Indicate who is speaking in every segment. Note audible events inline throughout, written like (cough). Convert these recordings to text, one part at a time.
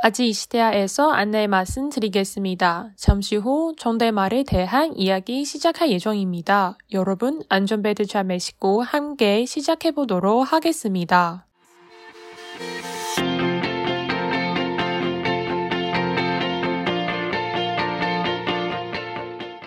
Speaker 1: 아직 이 시대야에서 안내 말씀드리겠습니다. 잠시 후 존댓말에 대한 이야기 시작할 예정입니다. 여러분 안전벨트 잘 매시고 함께 시작해 보도록 하겠습니다.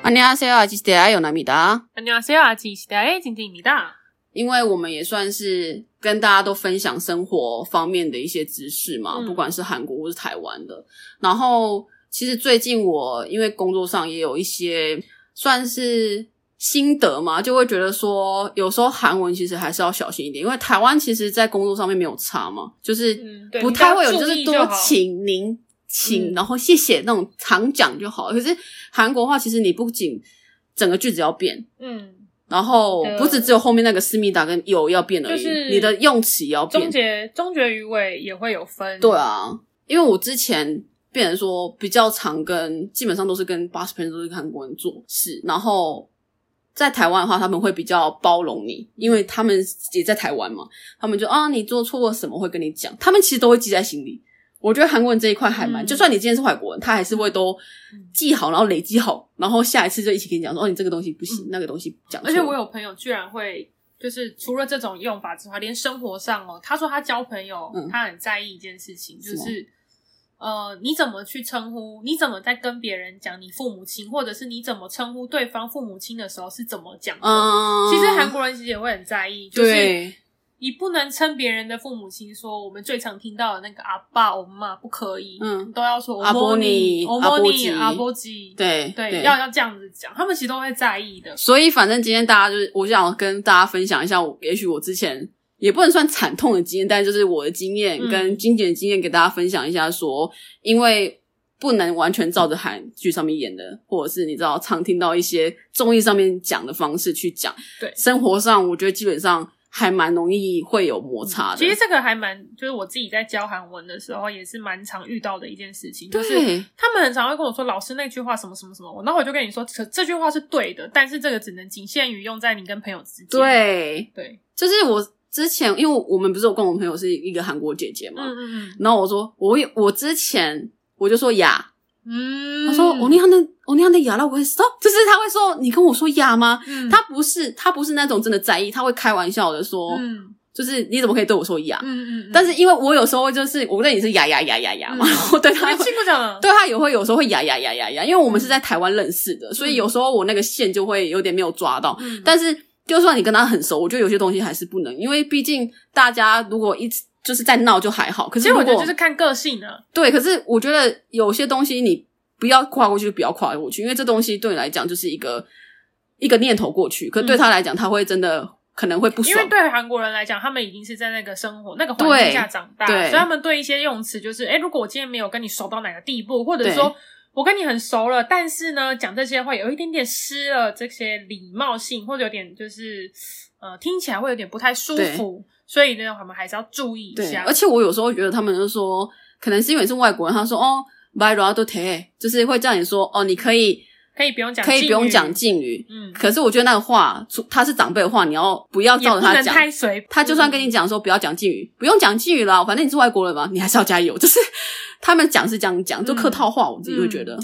Speaker 2: 안녕하세요, 아지스테아 연아입니다.
Speaker 1: 안녕하세요. 아직 이 시대야의 진진입니다.
Speaker 2: 因为我们也算是跟大家都分享生活方面的一些知识嘛，
Speaker 1: 嗯
Speaker 2: 不管是韩国或是台湾的。然后，其实最近我因为工作上也有一些算是心得嘛，就会觉得说，有时候韩文其实还是要小心一点，因为台湾其实在工作上面没有差嘛，就是
Speaker 1: 嗯对
Speaker 2: 不
Speaker 1: 你只要
Speaker 2: 太会有
Speaker 1: 注
Speaker 2: 就是
Speaker 1: 意就
Speaker 2: 多
Speaker 1: 好
Speaker 2: 请您。请
Speaker 1: 嗯，
Speaker 2: 然后谢谢那种常讲就好了。可是韩国话，其实你不仅整个句子要变，
Speaker 1: 嗯，
Speaker 2: 然后
Speaker 1: 对
Speaker 2: 不止只有后面那个思密达跟有要变而已，
Speaker 1: 就是
Speaker 2: 你的用词也要
Speaker 1: 어, 예.
Speaker 2: 变。
Speaker 1: 结终结鱼尾也会有分
Speaker 2: 对啊，因为我之前变成说比较常跟，基本上都是跟八十 percent 都是韩国人做事，然后在台湾的话，他们会比较包容你，因为他们也在台湾嘛，他们就啊你做错了什么会跟你讲，他们其实都会记在心里。我觉得韩国人这一块还
Speaker 1: 嗯
Speaker 2: 蛮，就算你今天是外国人，他还是会都记好，然后累积好，然后下一次就一起跟你讲说，哦，你这个东西不行，
Speaker 1: 嗯
Speaker 2: 那个东西讲错
Speaker 3: 而
Speaker 2: 了。
Speaker 3: 且我有朋友居然会，就是除了这种用法之外，连生活上哦，他说他交朋友，
Speaker 2: 嗯
Speaker 3: 他很在意一件事情，就
Speaker 2: 什么
Speaker 3: 是呃，你怎么去称呼？你怎么在跟别人讲你父母亲，或者是你怎么称呼对方父母亲的时候是怎么讲的？
Speaker 2: 嗯，
Speaker 3: 其实韩国人其实也会很在意，就是
Speaker 2: 对，
Speaker 3: 你不能称别人的父母亲说我们最常听到的那个阿爸、我妈不可以，
Speaker 2: 嗯
Speaker 3: 都要说
Speaker 2: 阿波尼
Speaker 3: 欧
Speaker 2: 阿
Speaker 3: 莫
Speaker 2: 波
Speaker 3: 尼、
Speaker 2: 吉
Speaker 3: 阿波吉，
Speaker 2: 对
Speaker 3: 对，要要这样子讲，他们其实都会在意的。
Speaker 2: 所以反正今天大家就是，我想跟大家分享一下我，也许我之前也不能算惨痛的经验，但就是我的经验
Speaker 3: 嗯
Speaker 2: 跟经典的经验给大家分享一下说因为不能完全照着韩剧上面演的，或者是你知道常听到一些综艺上面讲的方式去讲，
Speaker 3: 对
Speaker 2: 生活上我觉得基本上还蛮容易会有摩擦的。
Speaker 3: 其实这个还蛮，就是我自己在教韩文的时候，也是蛮常遇到的一件事情，就是
Speaker 2: 对，
Speaker 3: 他们很常会跟我说老师那句话什么什么什么，我然后我就跟你说这这句话是对的，但是这个只能仅限于用在你跟朋友之间。
Speaker 2: 对，
Speaker 3: 对，
Speaker 2: 就是我之前，因为我们不是有跟我朋友是一个韩国姐姐嘛，
Speaker 3: 嗯嗯嗯
Speaker 2: 然后我说我有我之前我就说呀，
Speaker 3: 嗯，
Speaker 2: 他说：“哦欧尼汉的欧尼汉的牙了，我会死哦。”就是他会说：“你跟我说牙吗？”
Speaker 3: 嗯
Speaker 2: 他不是他不是那种真的在意，他会开玩笑的说：“
Speaker 3: 嗯
Speaker 2: 就是你怎么可以对我说牙
Speaker 3: 嗯？”嗯嗯，
Speaker 2: 但是因为我有时候会就是我对你是牙牙牙牙牙嘛，
Speaker 3: 嗯
Speaker 2: 然后对他
Speaker 3: 你
Speaker 2: 会
Speaker 3: 亲不讲了，
Speaker 2: 对他也会有时候会牙牙牙牙牙，因为我们是在台湾认识的，所
Speaker 3: 嗯
Speaker 2: 以有时候我那个线就会有点没有抓到。
Speaker 3: 嗯，
Speaker 2: 但是就算你跟他很熟，我觉得有些东西还是不能，因为毕竟大家如果一直就是在闹就还好，可
Speaker 3: 其
Speaker 2: 是
Speaker 3: 实
Speaker 2: 如
Speaker 3: 我
Speaker 2: 果
Speaker 3: 觉得就是看个性啊，
Speaker 2: 对，可是我觉得有些东西你不要跨过去，就不要跨过去，因为这东西对你来讲就是一个一个念头过去，可对他来讲，他会真的可能会不
Speaker 3: 嗯因为
Speaker 2: 爽。
Speaker 3: 对韩国人来讲，他们已经是在那个生活、那个环境下长大，
Speaker 2: 对对
Speaker 3: 所以他们对一些用词就是，哎，如果我今天没有跟你熟到哪个地步，或者
Speaker 2: 对
Speaker 3: 说我跟你很熟了，但是呢，讲这些话有一点点失了这些礼貌性，或者有点就是，呃，听起来会有点不太舒服，所以呢，我们还是要注意一
Speaker 2: 对，
Speaker 3: 下
Speaker 2: 而。且我有时候觉得他们就说，可能是因为是外国人，他说哦 b y r a d o te，就是会叫你说哦，你可以
Speaker 3: 可以不用讲
Speaker 2: 可以不
Speaker 3: 敬
Speaker 2: 用
Speaker 3: 语
Speaker 2: 讲敬语。
Speaker 3: 嗯，
Speaker 2: 可是我觉得那个话，除他是长辈的话，你要不要
Speaker 3: 也
Speaker 2: 照
Speaker 3: 不
Speaker 2: 着他
Speaker 3: 能
Speaker 2: 讲？
Speaker 3: 太随嗯便，
Speaker 2: 他就算跟你讲说不要讲敬语，不用讲敬语啦，反正你是外国人嘛，你还是要加油。 (laughs) 就是他们讲是这样讲，就客套话，我自己会觉得。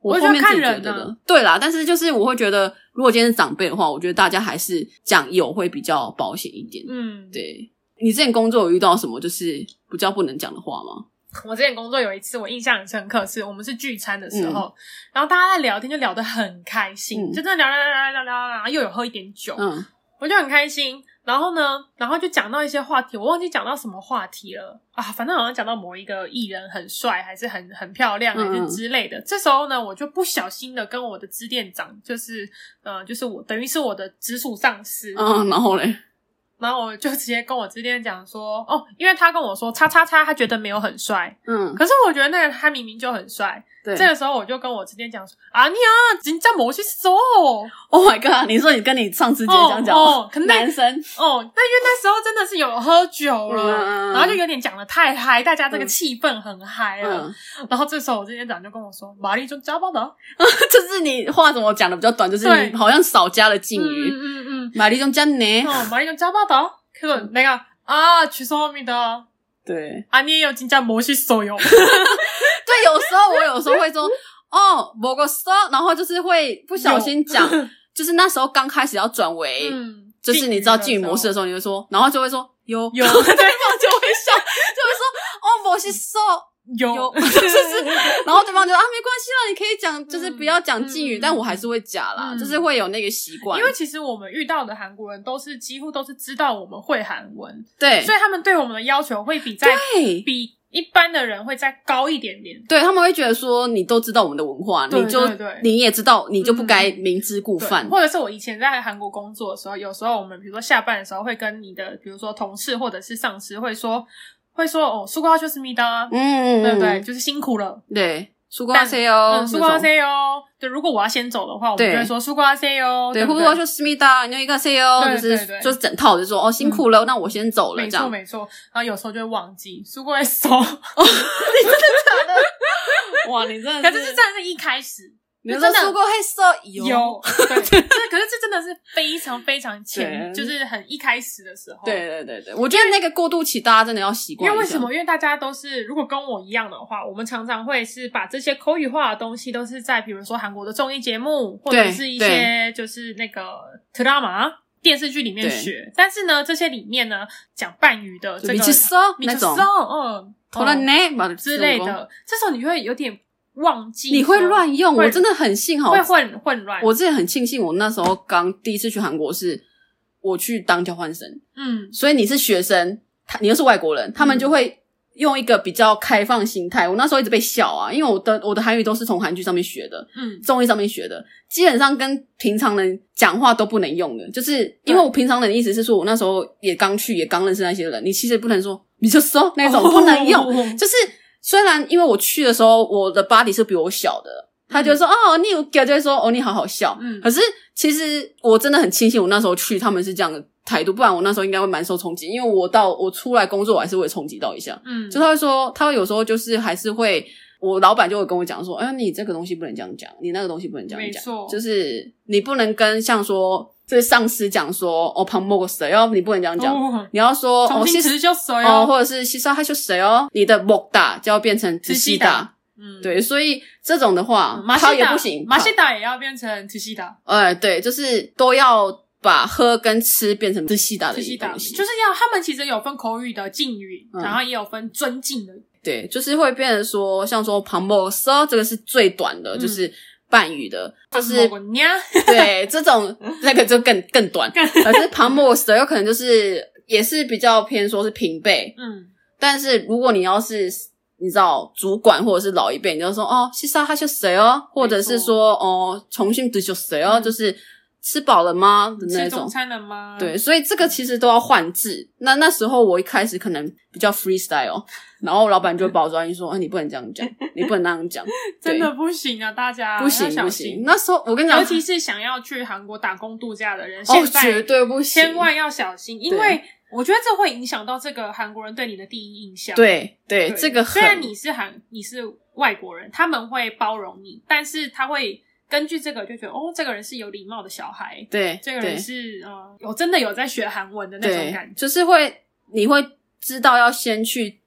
Speaker 3: 我
Speaker 2: 嗯我
Speaker 3: 觉
Speaker 2: 后
Speaker 3: 得
Speaker 2: 面自己
Speaker 3: 看
Speaker 2: 觉
Speaker 3: 人
Speaker 2: 得
Speaker 3: 啊
Speaker 2: 的，对啦，但是就是我会觉得，如果今天是长辈的话，我觉得大家还是讲有会比较保险一点。
Speaker 3: 嗯，
Speaker 2: 对你之前工作有遇到什么就是比较不能讲的话吗？
Speaker 3: 我之前工作有一次，我印象很深刻，是我们是聚餐的时候，然后大家在聊天，就聊得很开心，
Speaker 2: 嗯
Speaker 3: 就真的聊聊聊聊聊聊，然后又有喝一点酒，
Speaker 2: 嗯，
Speaker 3: 我就很开心。然后呢，然后就讲到一些话题，我忘记讲到什么话题了啊，反正好像讲到某一个艺人很帅，还是很很漂亮，还
Speaker 2: 嗯
Speaker 3: 是
Speaker 2: 嗯
Speaker 3: 之类的。这时候呢，我就不小心的跟我的支店长，就是呃，就是我等于是我的直属上司，
Speaker 2: 嗯，然后嘞，
Speaker 3: 然后我就直接跟我支店讲说，哦，因为他跟我说，叉叉叉，他觉得没有很帅。
Speaker 2: 嗯，
Speaker 3: 可是我觉得那个他明明就很帅，
Speaker 2: 对
Speaker 3: 这个时候我就跟我之前讲说啊，你啊，人家某些时候，
Speaker 2: ，Oh my god，你说你跟你上司直接这样讲吗，
Speaker 3: 哦哦可能
Speaker 2: 男生，
Speaker 3: 哦，那因为那时候真的是有喝酒了，
Speaker 2: 嗯嗯嗯
Speaker 3: 然后就有点讲的太嗨，大家这个
Speaker 2: 嗯
Speaker 3: 气氛很嗨了。
Speaker 2: 嗯，
Speaker 3: 然后这时候我之前长就跟我说，玛丽就加班的，
Speaker 2: (laughs) 就是你话怎么讲的比较短，就是
Speaker 3: 对
Speaker 2: 你好像少加了敬
Speaker 3: 嗯
Speaker 2: 语。
Speaker 3: 嗯嗯
Speaker 2: 玛丽中讲呢
Speaker 3: 嗯，，哦，玛丽就加班
Speaker 2: 嗯
Speaker 3: 的，可是那个啊，죄송합니다
Speaker 2: 对，哎
Speaker 3: 아니에요 진짜 멋있어요.
Speaker 2: 有时候我有时候会
Speaker 3: (laughs)
Speaker 2: 说哦某个时候，然后就是会不小心讲， (laughs) 就是那时候刚开始要转为，
Speaker 3: 嗯，
Speaker 2: 就是你知道敬语模式的时候，你会说，然后就会说有
Speaker 3: 有
Speaker 2: 然后对方 (laughs) 就会笑，就会说哦某些时候。
Speaker 3: 有 (laughs)
Speaker 2: 有， (laughs) 就是，然后对方就啊，没关系啦，你可以讲，就是不要讲敬语，
Speaker 3: 嗯
Speaker 2: 但我还是会假啦，
Speaker 3: 嗯
Speaker 2: 就是会有那个习惯，
Speaker 3: 因为其实我们遇到的韩国人都是几乎都是知道我们会韩文，
Speaker 2: 对
Speaker 3: 所以他们对我们的要求会比在
Speaker 2: 对
Speaker 3: 比一般的人会再高一点点。
Speaker 2: 对，他们会觉得说你都知道我们的文化，
Speaker 3: 对
Speaker 2: 你就
Speaker 3: 对对嗯
Speaker 2: 你也知道，你就不该明知故
Speaker 3: 对
Speaker 2: 犯。
Speaker 3: 或者是我以前在韩国工作的时候，有时候我们比如说下班的时候会跟你的，比如说同事或者是上司会说，会说哦，수고하셨습니다，
Speaker 2: 嗯，
Speaker 3: 对不对？就是辛苦了，
Speaker 2: 对，苏瓜
Speaker 3: 但
Speaker 2: C 哦，
Speaker 3: 嗯，수고하
Speaker 2: 요，
Speaker 3: 세요。对，如果我要先走的话，我们
Speaker 2: 对
Speaker 3: 就会说수고하세요，
Speaker 2: 对，
Speaker 3: 哦不
Speaker 2: 或者说思密达，你一个 C 哦，
Speaker 3: 对
Speaker 2: 就
Speaker 3: 对
Speaker 2: 是
Speaker 3: 对嗯
Speaker 2: 就是整套，就说哦辛苦了，那我先走了
Speaker 3: 没
Speaker 2: 这
Speaker 3: 错
Speaker 2: 样。
Speaker 3: 没错，然后有时候就会忘记，수고했어。
Speaker 2: (laughs) 哇，你真
Speaker 3: 可是这真的是一开始
Speaker 2: 你
Speaker 3: 真
Speaker 2: 说
Speaker 3: 的
Speaker 2: 苏瓜黑色有 (laughs)
Speaker 3: 有，对，这 (laughs) 可是这真的是非常非常前，
Speaker 2: 对
Speaker 3: 就是很一开始的时候。
Speaker 2: 对对对对，我觉得那个过渡期大家真的要习
Speaker 3: 因
Speaker 2: 惯。
Speaker 3: 为为什？么？因为大家都是，如果跟我一样的话，我们常常会是把这些口语化的东西，都是在比如说韩国的综艺节目，或者
Speaker 2: 对
Speaker 3: 是一些就是那个 drama 电视剧里面
Speaker 2: 对
Speaker 3: 学。但是呢，这些里面呢，讲半语的这个
Speaker 2: 米奇色
Speaker 3: 你
Speaker 2: 那
Speaker 3: 就
Speaker 2: 种，
Speaker 3: 嗯，
Speaker 2: 投了
Speaker 3: 嗯
Speaker 2: 呢把
Speaker 3: 之类，的，这时候你会有点忘记说，
Speaker 2: 你会乱用，
Speaker 3: 会
Speaker 2: 我真的很幸好
Speaker 3: 会混混乱。
Speaker 2: 我自己很庆幸，我那时候刚第一次去韩国是，我去当交换生，
Speaker 3: 嗯，
Speaker 2: 所以你是学生，他你又是外国人，他们就会用一个比较开放心态。我那时候一直被笑啊，因为我的我的韩语都是从韩剧上面学的，
Speaker 3: 嗯，
Speaker 2: 综艺上面学的，基本上跟平常人讲话都不能用的，就是因为我平常人的意思是说，我那时候也刚去，也刚认识那些人，你其实不能说你就说那种、不能用，
Speaker 3: 用
Speaker 2: 就是虽然因为我去的时候，我的 body 是比我小的，他就会说、哦，你有 g 就会说哦，你好好笑。
Speaker 3: 嗯
Speaker 2: 可是其实我真的很庆幸我那时候去，他们是这样的态度，不然我那时候应该会蛮受冲击，因为我到我出来工作，我还是会冲击到一下。
Speaker 3: (laughs) 嗯，
Speaker 2: 就他会说，他有时候就是还是会，我老板就会跟我讲说，哎，你这个东西不能这样讲，你那个东西不能这样
Speaker 3: 没
Speaker 2: 讲
Speaker 3: 错，
Speaker 2: 就是你不能跟像说这上司讲说哦，旁莫谁哦，你不能这样讲，
Speaker 3: 哦
Speaker 2: 你要说哦，
Speaker 3: 重新
Speaker 2: 谢谢
Speaker 3: 持就熟
Speaker 2: 哦，
Speaker 3: 哟。
Speaker 2: 或者是西沙害羞谁哦，你的莫大就要变成
Speaker 3: 直
Speaker 2: 直
Speaker 3: 西
Speaker 2: 西
Speaker 3: 达
Speaker 2: 达，
Speaker 3: 嗯，
Speaker 2: 对，所以这种的话，
Speaker 3: 马
Speaker 2: 他
Speaker 3: 西
Speaker 2: 也
Speaker 3: 达
Speaker 2: 不行，
Speaker 3: 马
Speaker 2: 他
Speaker 3: 西达也要变成提西达，
Speaker 2: 呃，对，就是都要把喝跟吃变成直西达的
Speaker 3: 提
Speaker 2: 一
Speaker 3: 西
Speaker 2: 个
Speaker 3: 达
Speaker 2: 东西，
Speaker 3: 就是要他们其实有分口语的敬语，
Speaker 2: 嗯
Speaker 3: 然后也有分尊敬的，
Speaker 2: 对，就是会变成说，像说旁莫说这个是最短的，
Speaker 3: 嗯
Speaker 2: 就是半语的，就是
Speaker 3: 我娘，
Speaker 2: 对这种
Speaker 3: 嗯
Speaker 2: 那个就更更短，可是旁莫说有可能就是也是比较偏说是平辈， (laughs)
Speaker 3: 嗯，
Speaker 2: 但是如果你要是你知道主管或者是老一辈，你就说哦，西沙他就谁哦，或者是说哦，重庆的就谁哦，
Speaker 3: 嗯
Speaker 2: 就是吃饱了吗的那
Speaker 3: 吃中
Speaker 2: 种。
Speaker 3: 餐了吗？
Speaker 2: 对，，所以这个其实都要换字。那那时候我一开始可能比较 freestyle，然后老板就会把我抓进去说：“啊，你不能这样讲，你不能
Speaker 3: (laughs)
Speaker 2: 那样讲，
Speaker 3: 真的
Speaker 2: 对
Speaker 3: 不行啊，大家
Speaker 2: 不行
Speaker 3: 要小
Speaker 2: 不
Speaker 3: 心
Speaker 2: 行。”那时候我跟你讲，
Speaker 3: 尤其是想要去韩国打工度假的人，现
Speaker 2: 哦，
Speaker 3: 在
Speaker 2: 绝对不行，
Speaker 3: 千万要小心，因为我觉得这会影响到这个韩国人对你的第一印象。
Speaker 2: 对对
Speaker 3: 对，
Speaker 2: 这个
Speaker 3: 虽
Speaker 2: 很
Speaker 3: 然你是韩，你是外国人，他们会包容你，但是他会根据这个就觉得，哦，这个人是有礼貌的小孩，
Speaker 2: 对
Speaker 3: 这个
Speaker 2: 对
Speaker 3: 人是呃有真的有在学韩文的那种
Speaker 2: 对
Speaker 3: 感，觉。
Speaker 2: 就是会你会知道要先去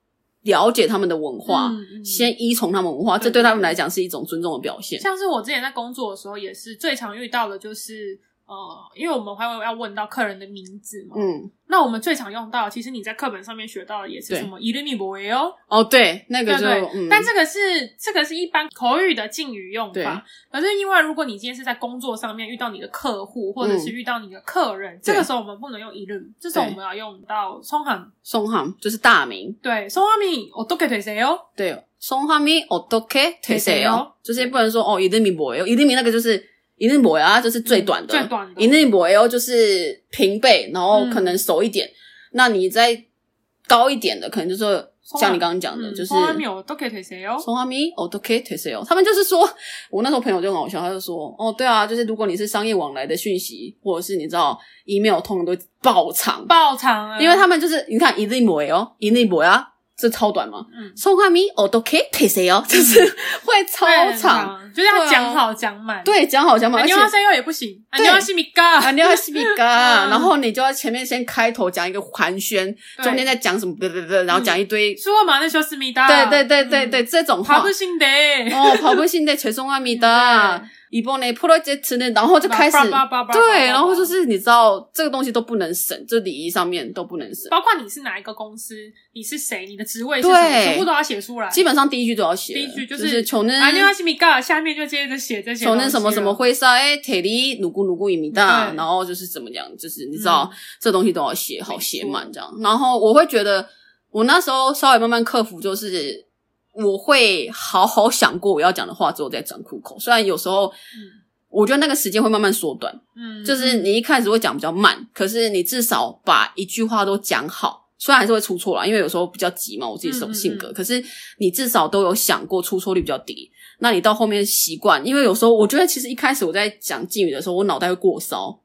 Speaker 2: 了解他们的文化，
Speaker 3: 嗯嗯
Speaker 2: 先依从他们文化，
Speaker 3: 对
Speaker 2: 这对他们来讲是一种尊重的表现。
Speaker 3: 像是我之前在工作的时候，也是最常遇到的就是。呃，因为我们还会要问到客人的名字嘛，
Speaker 2: 嗯，
Speaker 3: 那我们最常用到，其实你在课本上面学到的也是
Speaker 2: 对
Speaker 3: 什么이름이뭐예요，
Speaker 2: 哦，对，那
Speaker 3: 对
Speaker 2: 个
Speaker 3: 不
Speaker 2: 就，
Speaker 3: 对？
Speaker 2: 嗯，
Speaker 3: 但这个是这个是一般口语的敬语用
Speaker 2: 对
Speaker 3: 法，可是因为如果你今天是在工作上面遇到你的客户，或者
Speaker 2: 嗯
Speaker 3: 是遇到你的客人，这个时候我们不能用一日，这时候我们要用到松汉。
Speaker 2: 松汉就是大名，
Speaker 3: 对，松汉米我都给腿谁哦？
Speaker 2: 对，松汉咪어떻게되세
Speaker 3: 되세요
Speaker 2: 요？就是不能说哦，一定米뭐예요，一定米那个就是一定뭐야，就是啊最短的，
Speaker 3: 最短的嗯
Speaker 2: 一定뭐예요哦就是平辈，然后可能熟一点，那你再高一点的，可能就是像你刚刚讲的，嗯就是
Speaker 3: 松汉米我都给腿谁哦？
Speaker 2: 从他们哦都可以推谁哦，他们就是说，我那时候朋友就很好笑，他就说，哦对啊，就是如果你是商业往来的讯息，或者是你知道 email 通常都爆长，
Speaker 3: 爆场了，
Speaker 2: 因为他们就是你看一粒膜哦，一粒膜啊，这超短吗？
Speaker 3: 嗯，
Speaker 2: 说话咪哦都可以提谁哦，就是会超
Speaker 3: 对很
Speaker 2: 长。
Speaker 3: 长，就是要
Speaker 2: 对啊
Speaker 3: 讲好讲满。，啊
Speaker 2: 对，讲好讲嘛，而
Speaker 3: 安
Speaker 2: 且
Speaker 3: 妞三又也不行，安
Speaker 2: 对
Speaker 3: 妞西米嘎
Speaker 2: 啊，，你要西比嘎，
Speaker 3: (laughs) 嗯
Speaker 2: 然后你就要前面先开头讲一个寒暄，
Speaker 3: 对
Speaker 2: 中间再讲什么，对对对，然后讲一堆，
Speaker 3: 说话嘛那说思密达，
Speaker 2: 对对对对对，
Speaker 3: 嗯，
Speaker 2: 这种
Speaker 3: 爬
Speaker 2: 话
Speaker 3: 不。行的，哦，
Speaker 2: 哦，跑不行的，죄송합니다
Speaker 3: 对。
Speaker 2: 이번에프로젝트는，然后就开始，对，然后就是你知道这个东西都不能省，这礼仪上面都不能省，
Speaker 3: 包括你是哪一个公司，你是谁，你的职位是什么，
Speaker 2: 对
Speaker 3: 全部都要写出来。
Speaker 2: 基本上第一句都要写，
Speaker 3: 第一句就
Speaker 2: 就是是穷人。
Speaker 3: 安妞西米嘎，下面就接着写这些
Speaker 2: 从
Speaker 3: 东西
Speaker 2: 那
Speaker 3: 了。
Speaker 2: 什么什么会上哎，铁力努咕努咕一米大，
Speaker 3: 对
Speaker 2: 然后就是怎么讲，就是
Speaker 3: 嗯
Speaker 2: 你知道、这东西都要写好写满这样。然后我会觉得，我那时候稍微慢慢克服，就是我会好好想过我要讲的话之后再讲出口。虽然有时候
Speaker 3: 嗯
Speaker 2: 我觉得那个时间会慢慢缩短，
Speaker 3: 嗯，
Speaker 2: 就是你一开始会讲比较慢，可是你至少把一句话都讲好。虽然还是会出错啦，因为有时候比较急嘛，我自己什么性格，
Speaker 3: 嗯嗯
Speaker 2: 可是你至少都有想过出错率比较低。那你到后面习惯，因为有时候我觉得其实一开始我在讲敬语的时候，我脑袋会
Speaker 3: (laughs)
Speaker 2: 过烧，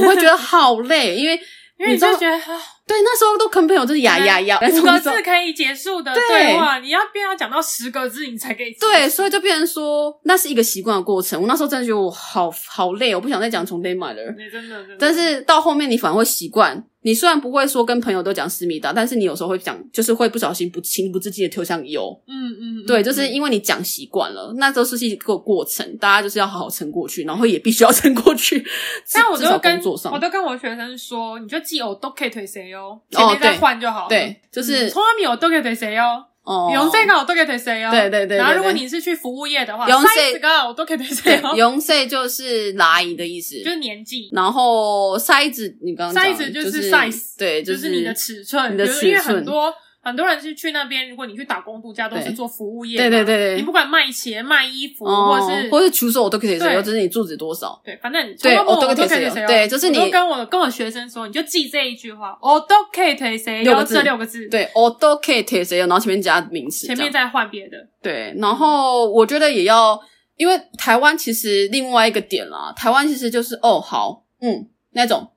Speaker 2: 我会觉得好累，因为
Speaker 3: 因为
Speaker 2: 你
Speaker 3: 你
Speaker 2: 知道
Speaker 3: 就觉得啊
Speaker 2: 对那时候都跟朋友就是呀呀呀，那
Speaker 3: 五
Speaker 2: 种
Speaker 3: 个
Speaker 2: 你知道
Speaker 3: 字可以结束的
Speaker 2: 对
Speaker 3: 对话，你要变要讲到十个字，你才可以结束。
Speaker 2: 对，所以就变成说那是一个习惯的过程。我那时候真的觉得我好好累，我不想再讲从 day my 了。
Speaker 3: 你真的，真的
Speaker 2: 但是到后面你反而会习惯，你虽然不会说跟朋友都讲思密达，但是你有时候会讲，就是会不小心不情不自禁的跳向油。
Speaker 3: 嗯嗯，嗯
Speaker 2: 对，就是
Speaker 3: 嗯
Speaker 2: 因为你讲习惯了，那都是一个过程，大家就是要好好撑过去，然后也必须要撑过去。
Speaker 3: (laughs) 但我
Speaker 2: 至至少
Speaker 3: 都跟
Speaker 2: 工作上
Speaker 3: 我，都跟我学生说，你就记我都可以推谁哦，
Speaker 2: 哦
Speaker 3: 前面再
Speaker 2: 对
Speaker 3: 换就好了。
Speaker 2: 对，就是
Speaker 3: 嗯从来没有都可以推谁哦，
Speaker 2: 哦，
Speaker 3: 用这个我都可以推谁哦。
Speaker 2: 对对对对
Speaker 3: 然后
Speaker 2: 对
Speaker 3: 如果你是去服务业的话，
Speaker 2: 用这
Speaker 3: 这个我都可以推谁 (laughs)
Speaker 2: 对
Speaker 3: 哦，，
Speaker 2: 用岁就是来的意思，
Speaker 3: 就是年纪，
Speaker 2: 然后 size 你刚刚讲
Speaker 3: size 就是是 size，
Speaker 2: 对，
Speaker 3: 就是是你的尺寸，
Speaker 2: 你的
Speaker 3: 就是因为
Speaker 2: 尺寸
Speaker 3: 很多。很多人是去那边，如果你去打工度假，都是
Speaker 2: 对
Speaker 3: 做服务业嘛。
Speaker 2: 对对对对
Speaker 3: 你不管卖鞋、卖衣服，
Speaker 2: 哦，
Speaker 3: 或是
Speaker 2: 或是除手我都可以
Speaker 3: 对
Speaker 2: 说，就是你住址多少，
Speaker 3: 对，反正
Speaker 2: 对
Speaker 3: 从头到
Speaker 2: 我都
Speaker 3: 尾我
Speaker 2: 可
Speaker 3: 可
Speaker 2: 以
Speaker 3: 以
Speaker 2: 推
Speaker 3: 推
Speaker 2: 谁
Speaker 3: 谁
Speaker 2: 哦
Speaker 3: 哦。
Speaker 2: 对就是你
Speaker 3: 我都跟我跟我学生说，你就记这一句话，我都可以推谁哦，
Speaker 2: 六个字
Speaker 3: 这六个字，，
Speaker 2: 对，我都可以贴谁，然后前面加名词，
Speaker 3: 前
Speaker 2: 这
Speaker 3: 面
Speaker 2: 样
Speaker 3: 再换别的。
Speaker 2: 对，然后我觉得也要，因为台湾其实另外一个点啦，台湾其实就是哦好，嗯那种，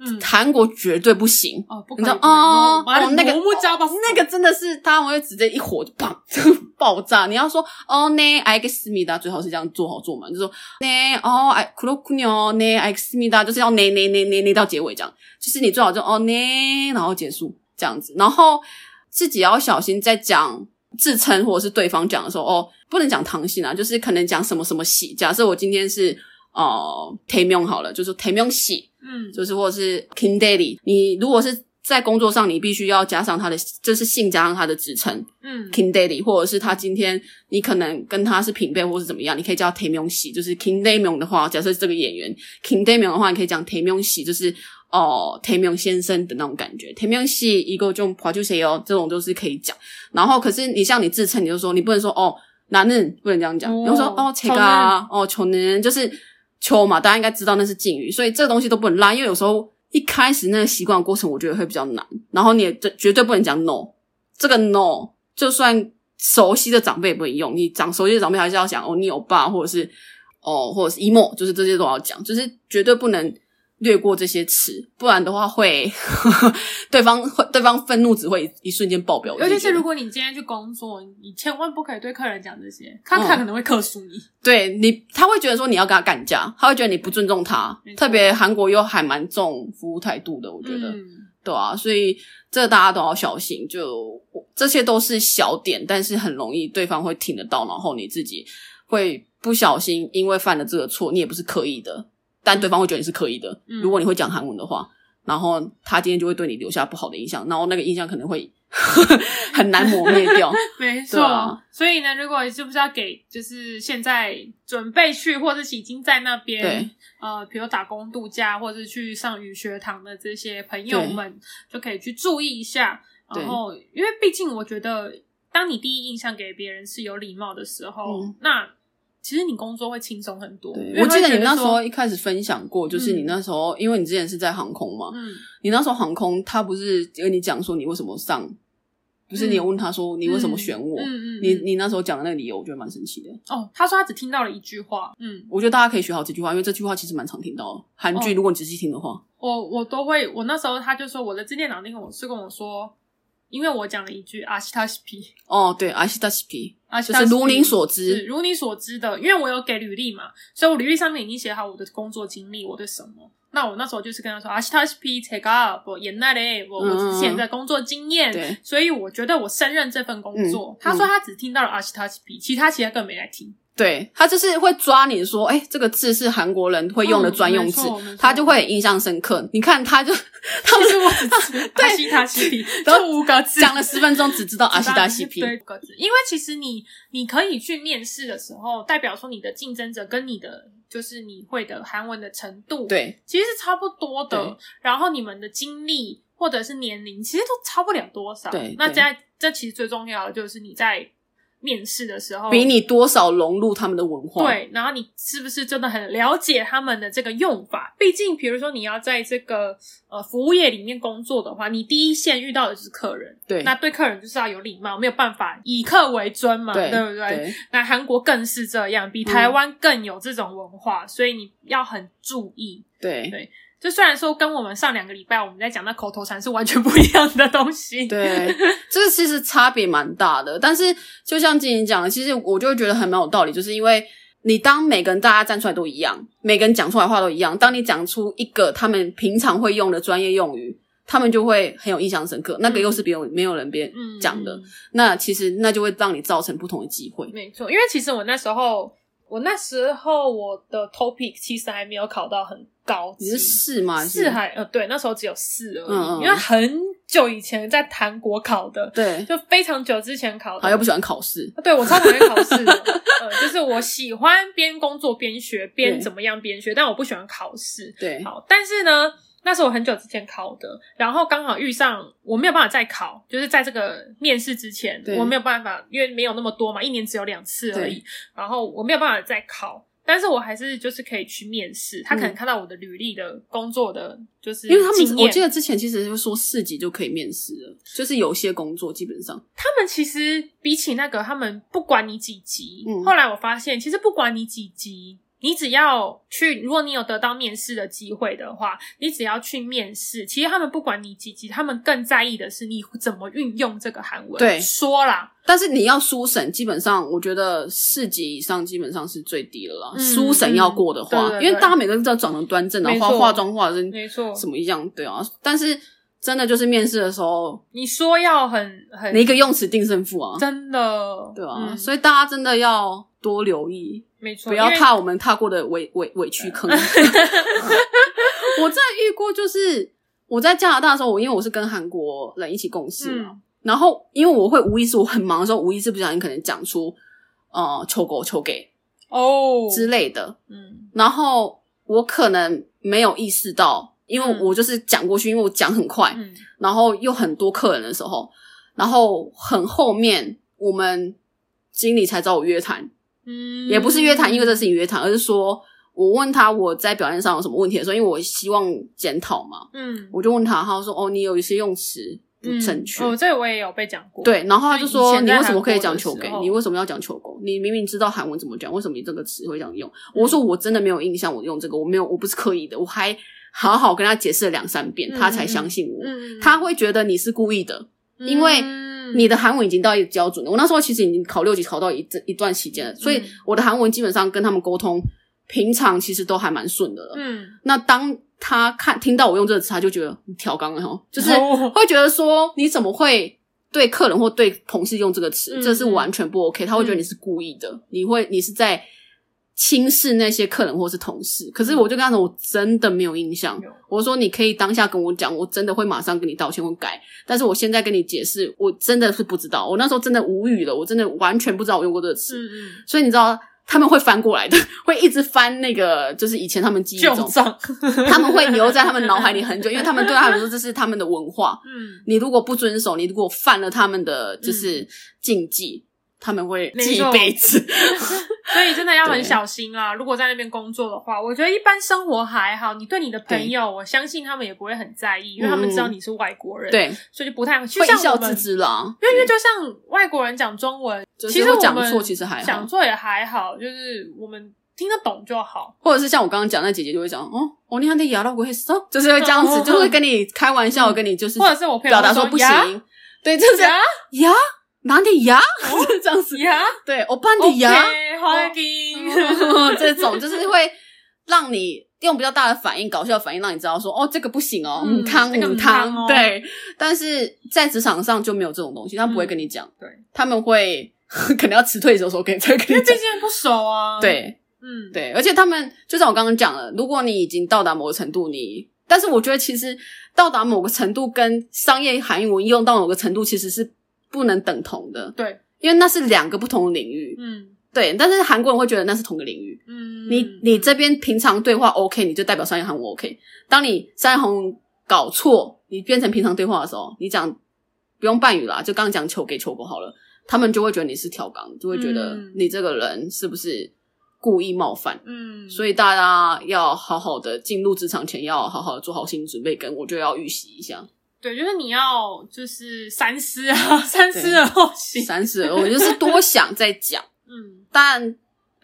Speaker 3: 嗯，
Speaker 2: 韩国绝对不行。
Speaker 3: 哦，不可以，
Speaker 2: 你知道
Speaker 3: 不可以
Speaker 2: 哦，
Speaker 3: 我我
Speaker 2: 哦那个
Speaker 3: 我不知道吧？
Speaker 2: 那个真的是他们会直接一火 (laughs) 就砰爆炸。你要说哦呢알겠습니다，最好是这样做好做满，就说呢哦哎그렇군요네알겠습니다，就是要呢呢呢呢呢到结尾这样，就是你最好就哦呢，然后结束这样子，然后自己要小心在讲。自称或者是对方讲的时候，哦，不能讲唐姓啊，就是可能讲什么什么喜。假设我今天是呃 t a m y o n 好了，就是 t a m y o n 喜，
Speaker 3: 嗯，
Speaker 2: 就是或者是 King Daily，你如果是在工作上，你必须要加上他的，就是姓加上他的职称
Speaker 3: 嗯
Speaker 2: King Daily，或者是他今天你可能跟他是平辈或是怎么样，你可以叫 t a e m y o n 喜，就是 King d a e m y o n 的话，假设是这个演员 King d a e m y o n 的话，你可以讲 t a e m y o n 喜，就是哦 t a e m y o n 先生的那种感觉 t a e m y o n 喜一个就跑就谁哦，这种就是可以讲。然后可是你像你自称，你就说你不能说哦男人不能这样讲，
Speaker 3: 哦
Speaker 2: 你就说哦切嘎哦穷人就是秋嘛，大家应该知道那是敬语，所以这个东西都不能拉，因为有时候一开始那个习惯的过程，我觉得会比较难。然后你也绝绝对不能讲 no，这个 no 就算熟悉的长辈也不能用，你讲熟悉的长辈还是要讲哦你欧巴或者是哦或者是 emo，就是这些都要讲，就是绝对不能。略过这些词，不然的话会 (laughs) 对方会对方愤怒只会一瞬间爆表。
Speaker 3: 尤其是如果
Speaker 2: 果
Speaker 3: 你今天去工作，你千万不可以对客人讲这些，
Speaker 2: 嗯
Speaker 3: 他看可能会克诉你。
Speaker 2: 对你，他会觉得说你要跟他干架，他会觉得你不尊重他
Speaker 3: 没。错
Speaker 2: 特别韩国又还蛮重服务态度的，我觉得，
Speaker 3: 嗯，
Speaker 2: 对啊，所以这大家都要小心。就这些都是小点，但是很容易对方会听得到，然后你自己会不小心，因为犯了这个错，你也不是刻意的，但对方会觉得你是刻意的。
Speaker 3: 嗯
Speaker 2: 如果你会讲韩文的话，然后他今天就会对你留下不好的印象，然后那个印象可能会 (laughs) 很难磨灭
Speaker 3: (laughs)
Speaker 2: 掉。
Speaker 3: 没
Speaker 2: 对
Speaker 3: 错
Speaker 2: 啊。
Speaker 3: 所以呢，如果是不是要给，就是现在准备去，或者是已经在那边
Speaker 2: 对，
Speaker 3: 呃，比如打工度假，或者是去上语学堂的这些朋友们，就可以去注意一下。
Speaker 2: 对
Speaker 3: 然后，因为毕竟我觉得，当你第一印象给别人是有礼貌的时候，
Speaker 2: 嗯
Speaker 3: 那其实你工作会轻松很多。因为
Speaker 2: 我
Speaker 3: 他
Speaker 2: 记
Speaker 3: 会
Speaker 2: 得
Speaker 3: 觉
Speaker 2: 你那时候
Speaker 3: 说
Speaker 2: 一开始分享过，就是你
Speaker 3: 嗯
Speaker 2: 那时候，因为你之前是在航空嘛，
Speaker 3: 嗯，
Speaker 2: 你那时候航空，他不是跟你讲说你为什么上，不是
Speaker 3: 嗯
Speaker 2: 你有问他说你为什么选我？
Speaker 3: 嗯嗯嗯
Speaker 2: 你
Speaker 3: 嗯
Speaker 2: 你那时候讲的那个理由，我觉得蛮神奇的。
Speaker 3: 哦，他说他只听到了一句话，嗯，
Speaker 2: 我觉得大家可以学好这句话，因为这句话其实蛮常听到的。韩剧
Speaker 3: 哦
Speaker 2: 如果你仔细听的话，
Speaker 3: 我我都会，我那时候他就说我的自恋脑那个我是跟我说，因为我讲了一句阿西塔西皮，
Speaker 2: 哦，对，阿西达西皮，
Speaker 3: 阿西
Speaker 2: 就
Speaker 3: 塔
Speaker 2: 是
Speaker 3: 西皮
Speaker 2: 如您所
Speaker 3: 是
Speaker 2: 知，
Speaker 3: 如你所知的，因为我有给履历嘛，所以我履历上面已经写好我的工作经历，我的什么。那我那时候就是跟他说，啊，他是 P take up，我演那嘞，我我之前的工作经验，
Speaker 2: 嗯对
Speaker 3: (laughs) 所以我觉得我胜任这份工作。
Speaker 2: 嗯
Speaker 3: 他说他只听到了阿西塔西皮，其他其他根本没来听。 (laughs)
Speaker 2: 对他就是会抓你说，哎，这个字是韩国人会用的专用字
Speaker 3: 嗯没错没错，
Speaker 2: 他就会印象深刻。你看，
Speaker 3: (laughs)
Speaker 2: 他就他
Speaker 3: 就是
Speaker 2: 们
Speaker 3: 我
Speaker 2: (laughs)
Speaker 3: 只知
Speaker 2: (laughs) 对
Speaker 3: 阿西塔西皮，
Speaker 2: 然后
Speaker 3: 这五个字
Speaker 2: 讲了十分钟，只知道 (laughs) 阿
Speaker 3: (laughs)
Speaker 2: 西达西皮，
Speaker 3: 对，五个字。因为其实你你可以去面试的时候，代表说你的竞争者跟你的就是你会的韩文的程度，
Speaker 2: 对
Speaker 3: 其实是差不多
Speaker 2: 对
Speaker 3: 的。然后你们的经历或者是年龄，其实都差不了多少。
Speaker 2: 对
Speaker 3: 那
Speaker 2: 对
Speaker 3: 这样这其实最重要的就是你在面试的时候，
Speaker 2: 比你多少融入他们的文化，，
Speaker 3: 对，然后你是不是真的很了解他们的这个用法？毕竟，比如说你要在这个呃服务业里面工作的话，你第一线遇到的就是客人，
Speaker 2: 对
Speaker 3: 那对客人就是要有礼貌，没有办法以客为尊嘛，
Speaker 2: 对嗯
Speaker 3: 不对？那韩国更是这样，比台湾更有这种文化，所以你要很注意。
Speaker 2: 对
Speaker 3: 对就虽然说跟我们上两个礼拜我们在讲那口头禅是完全不一样的东西，
Speaker 2: 对，这个其实差别蛮大的。但是就像静怡讲的，其实我就会觉得很蛮有道理，就是因为你当每个人大家站出来都一样，每个人讲出来话都一样，当你讲出一个他们平常会用的专业用语，他们就会很有印象深刻。那个又是别人没有人别
Speaker 3: 嗯，
Speaker 2: 讲的，
Speaker 3: 嗯
Speaker 2: 那其实那就会让你造成不同的机会。
Speaker 3: 没错，因为其实我那时候，我那时候我的 topic 其实还没有考到很高
Speaker 2: 你
Speaker 3: 级，
Speaker 2: 是四啊吗？还
Speaker 3: 四还呃对，那时候只有四而已，
Speaker 2: 嗯嗯
Speaker 3: 因为很久以前在韩国考的，
Speaker 2: 对，
Speaker 3: 就非常久之前考
Speaker 2: 好
Speaker 3: 的
Speaker 2: 又不。喜欢考试，
Speaker 3: 对，我超讨厌考
Speaker 2: (laughs)
Speaker 3: 试的，呃，就是我喜欢边工作边学，边
Speaker 2: 对
Speaker 3: 怎么样边学，但我不喜欢考试。
Speaker 2: 对，
Speaker 3: 好，但是呢，那是我很久之前考的，然后刚好遇上我没有办法再考，就是在这个面试之前
Speaker 2: 对，
Speaker 3: 我没有办法，因为没有那么多嘛，一年只有两次而已，然后我没有办法再考。但是我还是就是可以去面试，他可能看到我的履历的工作的，就是
Speaker 2: 嗯因为他
Speaker 3: 经
Speaker 2: 们
Speaker 3: 验
Speaker 2: 我记得之前其实就说四级就可以面试了，就是有些工作基本上
Speaker 3: 他们其实比起那个，他们不管你几级，
Speaker 2: 嗯
Speaker 3: 后来我发现，其实不管你几级，你只要去，如果你有得到面试的机会的话，你只要去面试，其实他们不管你几级，他们更在意的是你怎么运用这个韩文。
Speaker 2: 对
Speaker 3: 说啦，
Speaker 2: 但是你要书审，基本上我觉得四级以上基本上是最低了啦。
Speaker 3: 嗯
Speaker 2: 书审要过的
Speaker 3: 嗯
Speaker 2: 话，
Speaker 3: 对对
Speaker 2: 因为大家每个人都要长得端正啊，
Speaker 3: 没
Speaker 2: 化
Speaker 3: 错
Speaker 2: 化妆化成
Speaker 3: 没错，
Speaker 2: 什么一样，对啊。但是真的就是面试的时候，
Speaker 3: 你说要很很
Speaker 2: 你一个用词定胜负啊，
Speaker 3: 真的，
Speaker 2: 对啊。
Speaker 3: 嗯
Speaker 2: 所以大家真的要多留意，
Speaker 3: 没错，
Speaker 2: 不要
Speaker 3: 因为嗯
Speaker 2: 踏我们踏过的委委委
Speaker 3: (laughs)
Speaker 2: 屈坑。我真的遇过，就是我在加拿大的时候，我因为我是跟韩国人一起共事嘛，
Speaker 3: 嗯
Speaker 2: 然后因为我会无意识，我很忙的时候，无意识不小心可能讲出呃求狗求给
Speaker 3: 哦，
Speaker 2: 之类的，
Speaker 3: 嗯
Speaker 2: 然后我可能没有意识到，因为
Speaker 3: 嗯
Speaker 2: 我就是讲过去，因为我讲很快，
Speaker 3: 嗯
Speaker 2: 然后又很多客人的时候，然后很后面我们经理才找我约谈，
Speaker 3: 嗯，
Speaker 2: 也不是约谈，因为这事情约谈，而是说我问他我在表现上有什么问题的时候，因为我希望检讨嘛，
Speaker 3: 嗯
Speaker 2: 我就问他，他说哦，你有一些用词不
Speaker 3: 嗯
Speaker 2: 正确。
Speaker 3: 哦，这个我也有被讲过，
Speaker 2: 对，然后他就
Speaker 3: 就以
Speaker 2: 说：“
Speaker 3: 前
Speaker 2: 你
Speaker 3: 在
Speaker 2: 为什么可以
Speaker 3: 韩国
Speaker 2: 讲
Speaker 3: 的
Speaker 2: 求
Speaker 3: 时
Speaker 2: 给？
Speaker 3: 候
Speaker 2: 你为什么要讲求狗？你明明知道韩文怎么讲，为什么你这个词会这样用？”我说：“
Speaker 3: 嗯
Speaker 2: 我真的没有印象，我用这个，我没有，我不是刻意的，我还好好跟他解释了两三遍，
Speaker 3: 嗯
Speaker 2: 他才相信我。
Speaker 3: 嗯，嗯
Speaker 2: 他会觉得你是故意的，因为
Speaker 3: 嗯
Speaker 2: 你的韩文已经到一个标准了。我那时候其实已经考六级，考到一阵一段时间了，所以
Speaker 3: 嗯
Speaker 2: 我的韩文基本上跟他们沟通，平常其实都还蛮顺的了。
Speaker 3: 嗯，
Speaker 2: 那当他看听到我用这个词，他就觉得你调岗了哈，就是
Speaker 3: 哦
Speaker 2: 会觉得说你怎么会对客人或对同事用这个词，
Speaker 3: 嗯
Speaker 2: 这是完全不 OK。他会觉得你是故意的，你会你是在轻视那些客人或是同事。可是我就跟他说，我真的没有印象
Speaker 3: 嗯有。
Speaker 2: 我说你可以当下跟我讲，我真的会马上跟你道歉或改。但是我现在跟你解释，我真的是不知道，我那时候真的无语了，我真的完全不知道我用过这个词。
Speaker 3: 嗯嗯，
Speaker 2: 所以你知道他们会翻过来的，会一直翻那个，就是以前他们记忆
Speaker 3: 旧
Speaker 2: 中，
Speaker 3: 账，
Speaker 2: 他们会留在他们脑海里很久，因为他们对他们来说这是他们的文化。
Speaker 3: 嗯，
Speaker 2: 你如果不遵守，你如果犯了他们的就是禁忌，他们会记一辈子。
Speaker 3: 所以真的要
Speaker 2: 对
Speaker 3: 很小心啊！如果在那边工作的话，我觉得一般生活还好，你对你的朋友，我相信他们也不会很在意，因为他们知道你是外国人，，
Speaker 2: 对，
Speaker 3: 所以就不太会。 (laughs) 就
Speaker 2: 会一
Speaker 3: 像
Speaker 2: 笑
Speaker 3: 我
Speaker 2: 置
Speaker 3: 们，
Speaker 2: 之啦。
Speaker 3: 因为因为就像外国人讲中文，
Speaker 2: 就是
Speaker 3: 其实
Speaker 2: 会讲
Speaker 3: 我们
Speaker 2: 错其实还好
Speaker 3: 讲错也还好，就是我们听得懂就好。
Speaker 2: 或者是像我刚刚讲，那姐姐就会讲哦，我那
Speaker 3: (laughs)
Speaker 2: 天牙到过黑色，就是会这样子，
Speaker 3: 嗯
Speaker 2: 就会跟你开玩笑，
Speaker 3: 嗯
Speaker 2: 跟你就是
Speaker 3: 或者是我朋友
Speaker 2: 表达
Speaker 3: 会
Speaker 2: 说
Speaker 3: 说
Speaker 2: 不行
Speaker 3: 呀，
Speaker 2: 对，就是
Speaker 3: 呀
Speaker 2: 呀，哪里哦呀？就是这样子，
Speaker 3: 呀，
Speaker 2: 对，欧巴的呀，
Speaker 3: 花金，
Speaker 2: (laughs) 这种就是会让你用比较大的反应、搞笑的反应，让你知道说，哦，这个不行哦，
Speaker 3: 嗯
Speaker 2: 母汤
Speaker 3: 这个
Speaker 2: 母
Speaker 3: 母
Speaker 2: 汤
Speaker 3: 汤哦，
Speaker 2: 对。但是在职场上就没有这种东西，他不会跟你讲，
Speaker 3: 嗯对，
Speaker 2: 他们会 (laughs) 可能要辞退的时候跟才会
Speaker 3: 因
Speaker 2: 跟
Speaker 3: 为
Speaker 2: 你
Speaker 3: 这
Speaker 2: 讲，
Speaker 3: 些人不熟啊。，
Speaker 2: 对，
Speaker 3: 嗯，
Speaker 2: 对，而且他们就像我刚刚讲了，如果你已经到达某个程度，你但是我觉得其实到达某个程度跟商业含义文用到某个程度其实是不能等同的，
Speaker 3: 对，
Speaker 2: 因为那是两个不同的领域。
Speaker 3: 嗯
Speaker 2: 对，但是韩国人会觉得那是同个领域。
Speaker 3: 嗯，
Speaker 2: 你你这边平常对话 OK，你就代表商业行文 OK。当你商业行文搞错，你变成平常对话的时候，你讲不用半语啦，就刚刚讲球给球狗好了，他们就会觉得你是调岗，就会觉得
Speaker 3: 嗯
Speaker 2: 你这个人是不是故意冒犯。
Speaker 3: 嗯，
Speaker 2: 所以大家要好好的进入职场前，要好好的做好心理准备，跟我觉得要预习一
Speaker 3: (laughs)
Speaker 2: 下。
Speaker 3: 对，就是你要就是三思啊， (laughs) 三思而后行。
Speaker 2: 三十，我就是多想再讲，
Speaker 3: 嗯，
Speaker 2: 但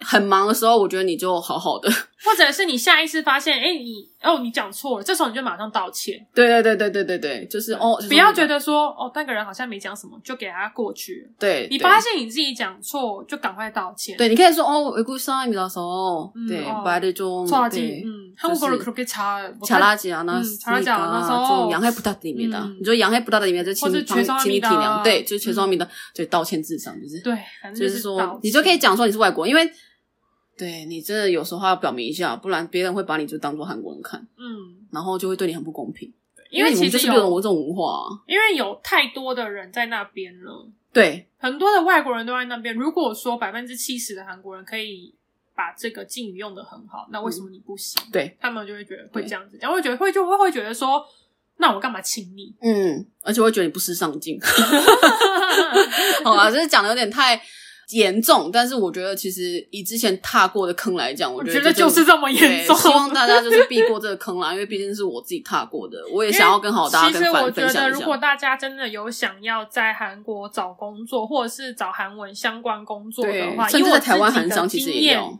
Speaker 2: 很忙的时候，我觉得你就好好的。
Speaker 3: 或者是你下意识发现，哎，你哦，你讲错了，这时候你就马上道歉，
Speaker 2: (laughs) 对对对对对对对，就是哦，
Speaker 3: 不要觉得说哦，那个人好像没讲什么，就给他过去了。
Speaker 2: 对，
Speaker 3: 你
Speaker 2: 对
Speaker 3: 发现你自己讲错，就赶快道歉。，
Speaker 2: 对，你可以说哦，외국사람이라서
Speaker 3: 음,
Speaker 2: 네
Speaker 3: 어.
Speaker 2: 말을좀
Speaker 3: 좋아하지.
Speaker 2: 네
Speaker 3: 음, 한국어를
Speaker 2: 그래서
Speaker 3: 그렇게 잘
Speaker 2: 잘하
Speaker 3: 못하-
Speaker 2: 지않았
Speaker 3: 음,
Speaker 2: 으니
Speaker 3: 잘하지
Speaker 2: 까
Speaker 3: 않아서
Speaker 2: 좀 양해 부탁드립니다.
Speaker 3: 음.
Speaker 2: 你说양해부탁드립니다就请
Speaker 3: 嗯或是
Speaker 2: 帮请你体
Speaker 3: 죄송합니다
Speaker 2: 谅，对，就是죄송합니다，就道歉至上，就是
Speaker 3: 啊嗯对，反正
Speaker 2: 就是是
Speaker 3: 道
Speaker 2: 说
Speaker 3: 歉，
Speaker 2: 你就可以讲说你是外国人，因为对你真的有时候要表明一下，不然别人会把你就当做韩国人看，
Speaker 3: 嗯，
Speaker 2: 然后就会对你很不公平。
Speaker 3: 因为
Speaker 2: 为你
Speaker 3: 其
Speaker 2: 们就
Speaker 3: 实
Speaker 2: 是有
Speaker 3: 有
Speaker 2: 我这种文化、啊，
Speaker 3: 因为有太多的人在那边了，
Speaker 2: 对
Speaker 3: 很多的外国人都在那边。如果说百分之七十的韩国人可以把这个敬语用的很好，那为什么你不行？
Speaker 2: 嗯对，
Speaker 3: 他们就会觉得会
Speaker 2: 对
Speaker 3: 这样子讲，会觉得会就会会觉得说，那我干嘛请你？
Speaker 2: 嗯，而且我会觉得你不思上进。 (laughs) 好吧，就是讲的有点太严重，但是我觉得其实以之前踏过的坑来讲，
Speaker 3: 我
Speaker 2: 我
Speaker 3: 觉
Speaker 2: 觉
Speaker 3: 得
Speaker 2: 得
Speaker 3: 就
Speaker 2: 就是
Speaker 3: 这么严重
Speaker 2: 对希望大家就是避过这个坑啦，因为毕竟是我自己踏过的，我也想要跟好大
Speaker 3: 其 (laughs)
Speaker 2: 家
Speaker 3: 实
Speaker 2: 跟
Speaker 3: 我
Speaker 2: 反
Speaker 3: 觉
Speaker 2: 分享
Speaker 3: 得，
Speaker 2: 一
Speaker 3: 如果
Speaker 2: 下。
Speaker 3: 大家真的有想要在韩国找工作，或者是找韩文相关工作的
Speaker 2: 对
Speaker 3: 话，，
Speaker 2: 甚
Speaker 3: 以
Speaker 2: 至
Speaker 3: 我
Speaker 2: 在
Speaker 3: 自
Speaker 2: 台湾
Speaker 3: 己
Speaker 2: 韩
Speaker 3: 的
Speaker 2: 商其实
Speaker 3: 经
Speaker 2: 也
Speaker 3: 验
Speaker 2: 有，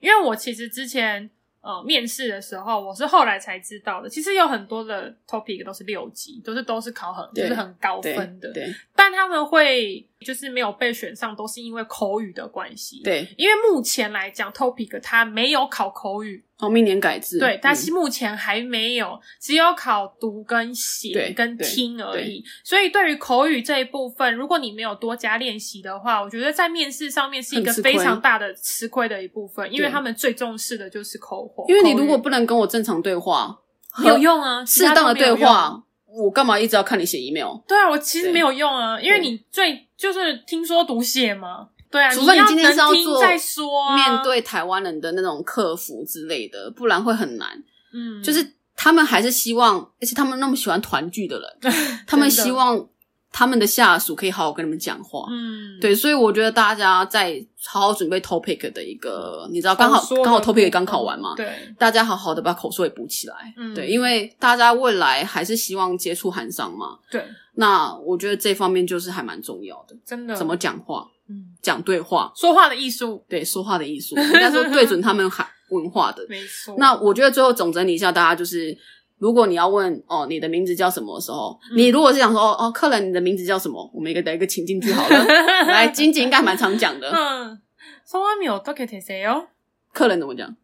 Speaker 3: 因为我其实之前呃面试的时候，我是后来才知道的。其实有很多的 topic 都是六级，都是都是考很就
Speaker 2: 对
Speaker 3: 是很高
Speaker 2: 对
Speaker 3: 分的，
Speaker 2: 对
Speaker 3: 但他们会就是没有被选上，都是因为口语的关系。，
Speaker 2: 对，
Speaker 3: 因为目前来讲，topic 它没有考口语，
Speaker 2: 好，明年改制，
Speaker 3: 对，但
Speaker 2: 嗯
Speaker 3: 是目前还没有，只有考读跟写
Speaker 2: 对
Speaker 3: 跟
Speaker 2: 对
Speaker 3: 听而已。所以对于口语这一部分，如果你没有多加练习的话，我觉得在面试上面是一
Speaker 2: 很
Speaker 3: 个
Speaker 2: 吃
Speaker 3: 非
Speaker 2: 亏
Speaker 3: 常大的吃亏的一部分，因为
Speaker 2: 对
Speaker 3: 他们最重视的就是口活。
Speaker 2: 因为你
Speaker 3: 口语
Speaker 2: 如果不能跟我正常对话，
Speaker 3: 没有用啊，其
Speaker 2: 适
Speaker 3: 他都
Speaker 2: 当的
Speaker 3: 没有
Speaker 2: 对
Speaker 3: 用，
Speaker 2: 话，我干嘛一直要看你写 email？
Speaker 3: 对啊，我其实
Speaker 2: 对
Speaker 3: 没有用啊，因为
Speaker 2: 对
Speaker 3: 你最就是听说读写嘛。对啊，
Speaker 2: 除非
Speaker 3: 你
Speaker 2: 你今天是
Speaker 3: 要能听
Speaker 2: 做
Speaker 3: 再说啊
Speaker 2: 面，对台湾人的那种客服之类的，不然会很难。
Speaker 3: 嗯，
Speaker 2: 就是他们还是希望，而且他们那么喜欢团聚
Speaker 3: (laughs)
Speaker 2: 的人，他们
Speaker 3: 真的
Speaker 2: 希望他们的下属可以好好跟你们讲话。
Speaker 3: 嗯，
Speaker 2: 对，所以我觉得大家在好好准备 topic 的一个，你知道，
Speaker 3: 口
Speaker 2: 刚好
Speaker 3: 嗯说的部分，
Speaker 2: 刚好 topic 也刚考完嘛，
Speaker 3: 对，
Speaker 2: 大家好好的把口说也补起来。
Speaker 3: 嗯
Speaker 2: 对，因为大家未来还是希望接触韩商嘛，
Speaker 3: 对，
Speaker 2: 那我觉得这方面就是还蛮重要的，
Speaker 3: 真的
Speaker 2: 怎么讲话，
Speaker 3: 嗯，
Speaker 2: 讲对话，
Speaker 3: 说话的艺术，
Speaker 2: 对说话的艺术，应该说对准他们韩文化的
Speaker 3: 没错。
Speaker 2: 那我觉得最后总整理一下，大家就是，如果你要问哦你的名字叫什么的时候，
Speaker 3: 嗯
Speaker 2: 你如果是想说哦哦客人你的名字叫什么，我们一个来一个情境剧
Speaker 3: (laughs)
Speaker 2: 好了。来，金姐应该蛮常讲的，
Speaker 3: 嗯，성함이어떻게되세요？
Speaker 2: 客人怎么讲？
Speaker 3: 哦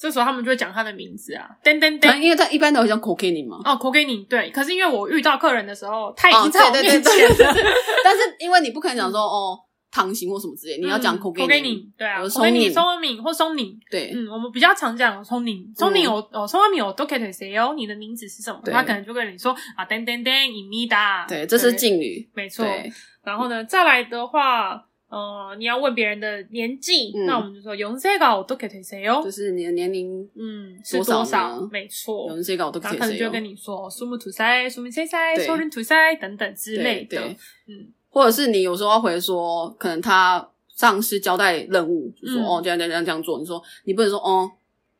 Speaker 3: 这时候他们就会讲他的名字啊，噔噔
Speaker 2: 可能
Speaker 3: 噔。
Speaker 2: 因为他一般都会讲 c o k i n i 嘛。
Speaker 3: 哦，口给你对，可是因为我遇到客人的时候，他已
Speaker 2: 哦，
Speaker 3: 经在我
Speaker 2: 对对对
Speaker 3: 面
Speaker 2: 对
Speaker 3: 前
Speaker 2: 对
Speaker 3: 了。
Speaker 2: 对。 (laughs) 但是因为你不可能讲说哦唐型或什么之类，你要讲 c
Speaker 3: 嗯口
Speaker 2: o k i
Speaker 3: 给
Speaker 2: n i
Speaker 3: 你，对啊，
Speaker 2: 我是
Speaker 3: 口给你
Speaker 2: 松岭
Speaker 3: 松阿敏或松岭，
Speaker 2: 对嗯
Speaker 3: 嗯，我们比较常讲松岭，松岭有哦，松阿敏有都可以对谁哦？你的名字是什么？
Speaker 2: 对
Speaker 3: 他可能就跟你说啊，噔噔噔，伊米达，
Speaker 2: 对，这是敬语。
Speaker 3: 没错。
Speaker 2: 对
Speaker 3: 然后呢，再来的话，呃，你要问别人的年纪，
Speaker 2: 嗯
Speaker 3: 那我们就说용세가어떻게되세
Speaker 2: 对，
Speaker 3: 요
Speaker 2: 就？是你的年龄，
Speaker 3: 嗯，是
Speaker 2: 多少
Speaker 3: 多少
Speaker 2: 呢？
Speaker 3: 没错
Speaker 2: 有。人这个我都
Speaker 3: 他
Speaker 2: 可以
Speaker 3: 可能
Speaker 2: 谁哦
Speaker 3: 就
Speaker 2: 用
Speaker 3: 跟你说“苏木土塞”“苏木塞塞”“
Speaker 2: 对
Speaker 3: 收人土塞”等等之类
Speaker 2: 对
Speaker 3: 的
Speaker 2: 对。
Speaker 3: 嗯，
Speaker 2: 或者是你有时候要回说，可能他上司交代任务，就说、
Speaker 3: 嗯
Speaker 2: 哦这样这样这样这样做，你说你不能说哦，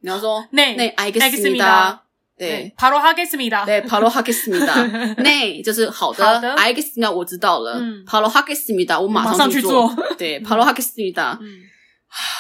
Speaker 2: 你要说
Speaker 3: 内
Speaker 2: 内埃克
Speaker 3: 内
Speaker 2: 斯米达，对
Speaker 3: 바로하겠습니다。 (laughs)
Speaker 2: 对，帕罗哈克斯米达，内就是好的
Speaker 3: 好的，
Speaker 2: 埃克斯米达我知道了
Speaker 3: 嗯，
Speaker 2: 帕罗哈克斯米达我
Speaker 3: 马
Speaker 2: 马
Speaker 3: 上
Speaker 2: 上去
Speaker 3: 去
Speaker 2: 做
Speaker 3: 做，
Speaker 2: 对，帕罗哈克斯米达，
Speaker 3: 嗯，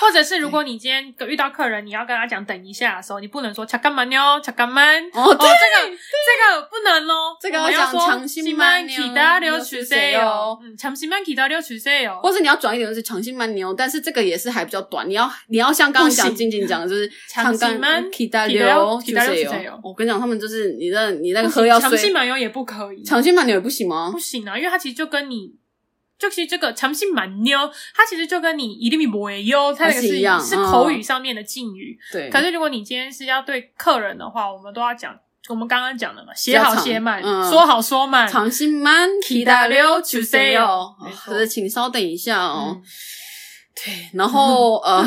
Speaker 3: 或者是如果你今天遇到客人，你要跟他讲等一下的时候，你不能说“查干嘛妞，查干嘛”。
Speaker 2: 哦
Speaker 3: 这
Speaker 2: 对
Speaker 3: 个这个不能哦，
Speaker 2: 这个
Speaker 3: 我们
Speaker 2: 要
Speaker 3: 要
Speaker 2: 讲
Speaker 3: 说
Speaker 2: 长心慢妞
Speaker 3: 기다려주세
Speaker 2: 有
Speaker 3: 요，嗯，长心慢기다려주세요。
Speaker 2: 或者你要转一点，就是长信慢牛，但是这个也是还比较短。你要你要像刚刚
Speaker 3: 不
Speaker 2: 讲
Speaker 3: 行
Speaker 2: 静静讲的，就是
Speaker 3: 长信
Speaker 2: 信
Speaker 3: 慢
Speaker 2: 期待
Speaker 3: 기다려
Speaker 2: 流
Speaker 3: 기다려주세요
Speaker 2: 我跟你讲，他们就是你的你那个喝药
Speaker 3: 长信
Speaker 2: 水，
Speaker 3: 满油也不可以，
Speaker 2: 长信慢牛也不行吗
Speaker 3: 不？行啊，因为它其实就跟你。就其实这个长信满妞，它其实就跟你一定比母优，它那个
Speaker 2: 它是一样
Speaker 3: 是
Speaker 2: 嗯
Speaker 3: 口语上面的敬语，
Speaker 2: 对，
Speaker 3: 可是如果你今天是要对客人的话，我们都要讲，我们刚刚讲的嘛，写
Speaker 2: 较
Speaker 3: 好
Speaker 2: 长
Speaker 3: 写满，
Speaker 2: 嗯
Speaker 3: 说好说满。
Speaker 2: 长信慢期待流出谁哦
Speaker 3: 没错
Speaker 2: 可是请稍等一下哦
Speaker 3: 嗯。
Speaker 2: 对，然后
Speaker 3: 음。 (laughs)
Speaker 2: 呃，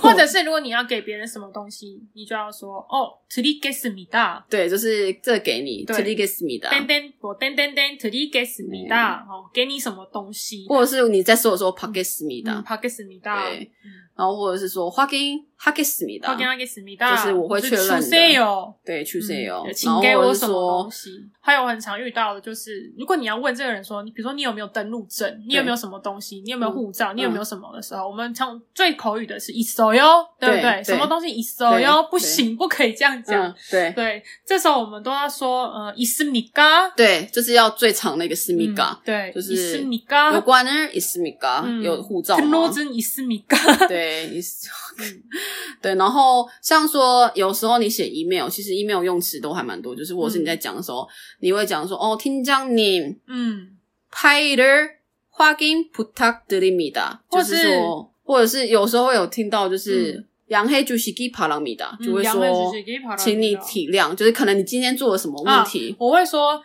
Speaker 3: 或者是如果你要给别人什么东西，你就要说哦，드리겠습니다，
Speaker 2: 对，就是这给你
Speaker 3: 对
Speaker 2: t i g i s m i 的，
Speaker 3: 噔噔，我噔噔噔，드리겠습니다，哦，给你什么东西，
Speaker 2: 或者是你在说的时候 p a g i s m i 的，
Speaker 3: 嗯，파겠습니다，
Speaker 2: 对，然后或者是说花给哈给思密达
Speaker 3: 파겠，하겠습니다，
Speaker 2: 就是我会确认的
Speaker 3: 주세요。
Speaker 2: 对，去世也有
Speaker 3: 嗯，
Speaker 2: 然
Speaker 3: 请
Speaker 2: 后
Speaker 3: 给
Speaker 2: 或
Speaker 3: 我
Speaker 2: 者是
Speaker 3: 什么
Speaker 2: 说
Speaker 3: 东西？还有很常遇到的就是，如果你要问这个人说，你比如说你有没有登录证，你有没有什么东西，你有
Speaker 2: 嗯
Speaker 3: 没有护照，你有没有什么的时候，我们常最口语的是 “iso 哟”，对不
Speaker 2: 对对
Speaker 3: 什么东西 “iso 哟”
Speaker 2: 对
Speaker 3: 不行，不可以这样讲。
Speaker 2: 嗯，对
Speaker 3: 对，这时候我们都要说呃 i s m i g a
Speaker 2: 对，就是要最长的一个思
Speaker 3: i
Speaker 2: 密嘎，
Speaker 3: 嗯对，嗯
Speaker 2: 就是
Speaker 3: i s m i g a
Speaker 2: 有关呢思密嘎有护照
Speaker 3: 登录
Speaker 2: 吗？
Speaker 3: 证 i s m i g a (laughs)
Speaker 2: 对，你
Speaker 3: 嗯
Speaker 2: (laughs) 对，然后像说有时候你写 email，其实 email 用词都还蛮多，就是或者是你在讲的时候，你会讲说哦，听讲你
Speaker 3: 嗯，
Speaker 2: 파일을 확인 부탁드립니다，
Speaker 3: 或
Speaker 2: 就是是说，或者是有时候会有听到就是
Speaker 3: 嗯
Speaker 2: 양해주시기바랍니다，就会
Speaker 3: 嗯杨惠
Speaker 2: 说
Speaker 3: 只是给跑到
Speaker 2: 请你
Speaker 3: 那个啊
Speaker 2: 体谅，就是可能你今天做了什么问题，
Speaker 3: 我会说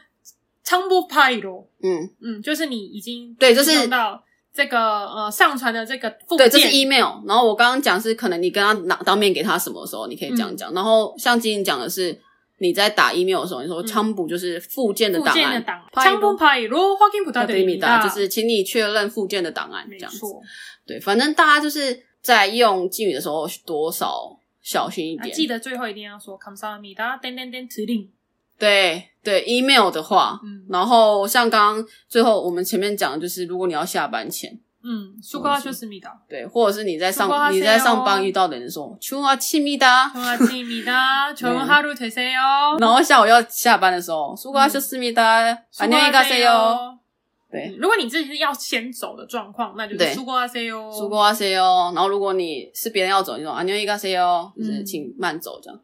Speaker 3: 昌不派罗。
Speaker 2: 嗯。
Speaker 3: 嗯，就是你已经
Speaker 2: 对就是
Speaker 3: 用到这个呃上传的这个附
Speaker 2: 对，
Speaker 3: 件，
Speaker 2: 这是 email。然后我刚刚讲是可能你跟他拿当面给他什么的时候，你可以这
Speaker 3: 嗯
Speaker 2: 样讲。然后像今天讲的是你在打 email 的时候，你说
Speaker 3: 嗯
Speaker 2: 仓补就是附件的
Speaker 3: 附
Speaker 2: 档
Speaker 3: 件的
Speaker 2: 案，
Speaker 3: 档案，枪不派罗花金不到的
Speaker 2: 对米达，
Speaker 3: 达，
Speaker 2: 就是请你确认附件的档案
Speaker 3: 没
Speaker 2: 这样子。
Speaker 3: 错，
Speaker 2: 对，反正大家就是在用敬语的时候多少小心一
Speaker 3: 啊
Speaker 2: 点。
Speaker 3: 记得最后一定要说 “come s a m i d a 等等等指令。
Speaker 2: 对对，email 的话，
Speaker 3: 嗯
Speaker 2: 然后像刚刚最后我们前面讲的就是，如果你要下班前。
Speaker 3: 嗯，苏格拉就是米达，
Speaker 2: 对，或者是你在
Speaker 3: 수고하세요
Speaker 2: 上你在上
Speaker 3: 哦
Speaker 2: 班遇到的人说，求啊，亲密达，
Speaker 3: 좋아집니다 좋은
Speaker 2: (laughs) 네
Speaker 3: 하루 되세요.
Speaker 2: (laughs) 然后下午要下班的时候，수고하셨습니다，안녕히
Speaker 3: 嗯
Speaker 2: 가세요。
Speaker 3: 수고하세요
Speaker 2: 对
Speaker 3: 嗯，如果你自己是要先走的状况，那就是
Speaker 2: 对
Speaker 3: 수고하세요。
Speaker 2: 수고하세요。然后哦如果你是别人要走，你说안녕히가세요，就是哦
Speaker 3: 嗯
Speaker 2: 请慢走这样。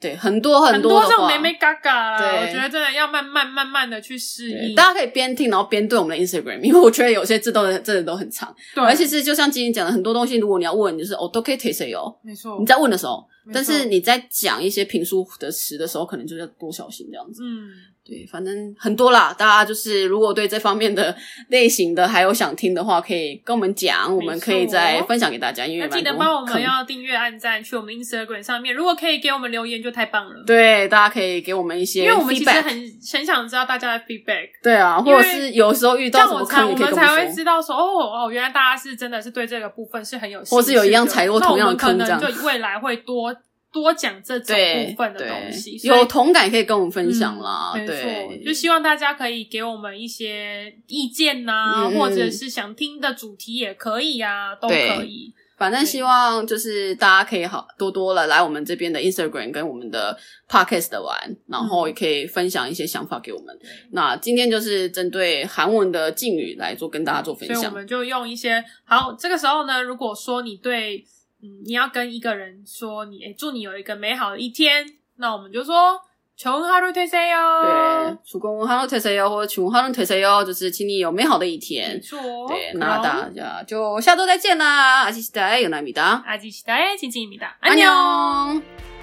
Speaker 2: 对，很多
Speaker 3: 很
Speaker 2: 多的
Speaker 3: 这种
Speaker 2: 话
Speaker 3: 美，美嘎嘎啦，
Speaker 2: 对
Speaker 3: 我觉得真的要慢慢慢慢的去适
Speaker 2: 对
Speaker 3: 应。
Speaker 2: 大家可以边听然后边对我们的 Instagram，因为 (laughs) 我觉得有些字都真的都很长，
Speaker 3: 对，
Speaker 2: 而且是就像今天讲的，很多东西如果你要问，你就是哦都可以提谁哦。
Speaker 3: 没错
Speaker 2: 你，在问的时候，
Speaker 3: 没错
Speaker 2: 但是你在讲一些评书的词的时候，可能就要多小心这样子。
Speaker 3: 嗯。
Speaker 2: 对，反正很多啦。大家就是如果对这方面的 (laughs) 类型的还有想听的话，可以跟我们讲，我们可以再分享给大家，因
Speaker 3: 那
Speaker 2: 为
Speaker 3: 记
Speaker 2: 蛮
Speaker 3: 得
Speaker 2: 多
Speaker 3: 帮我们
Speaker 2: 坑
Speaker 3: 要订阅、按赞，去我们 Instagram 上面。如果可以给我们留言，就太棒了。，
Speaker 2: 对，大家可以给我们一些
Speaker 3: 因为我们其实
Speaker 2: feedback，
Speaker 3: 很很想知道大家的 feedback，
Speaker 2: 对啊，
Speaker 3: 因为
Speaker 2: 或者是有时候遇
Speaker 3: 这
Speaker 2: 到
Speaker 3: 样
Speaker 2: 什
Speaker 3: 我
Speaker 2: 么
Speaker 3: 才
Speaker 2: 坑，
Speaker 3: 我
Speaker 2: 也可以
Speaker 3: 们
Speaker 2: 跟
Speaker 3: 才
Speaker 2: 们
Speaker 3: 会
Speaker 2: 说。
Speaker 3: 知道说，哦哦，原来大家是真的是对这个部分是很有兴趣的，
Speaker 2: 或是有一样踩过同样的坑
Speaker 3: 那我们
Speaker 2: 这
Speaker 3: 可能就未来会多多讲这种
Speaker 2: 对
Speaker 3: 部分的
Speaker 2: 对
Speaker 3: 东西，，所以
Speaker 2: 有同感可以跟我们分享啦。
Speaker 3: 嗯没
Speaker 2: 对
Speaker 3: 错，，就希望大家可以给我们一些意见呐、
Speaker 2: 嗯嗯
Speaker 3: 或者是想听的主题也可以啊，都
Speaker 2: 对
Speaker 3: 可以。
Speaker 2: 反正希望就是大家可以好多多了来我们这边的 Instagram 跟我们的 Podcast 的玩，然后也可以分享一些想法给我们。
Speaker 3: 嗯
Speaker 2: 那今天就是针对韩文的敬语来做跟大家做分
Speaker 3: 所以我
Speaker 2: 享。
Speaker 3: 们就用一些好。这个时候呢，如果说你对嗯，你要跟一个人说你诶祝你有一个美好的一天，那我们就说穷哈鲁推塞
Speaker 2: 对
Speaker 3: 哟，，
Speaker 2: 主公哈喽推谁哟，或者主公哈喽推谁哟，就是请你有美好的一
Speaker 3: 没
Speaker 2: 天。
Speaker 3: 错，
Speaker 2: 对，那大家就下周再见啦，阿西西达，有奈米达，
Speaker 3: 阿吉西达耶，金金米达，安哦
Speaker 2: 安哦
Speaker 3: 妞。
Speaker 2: 妞。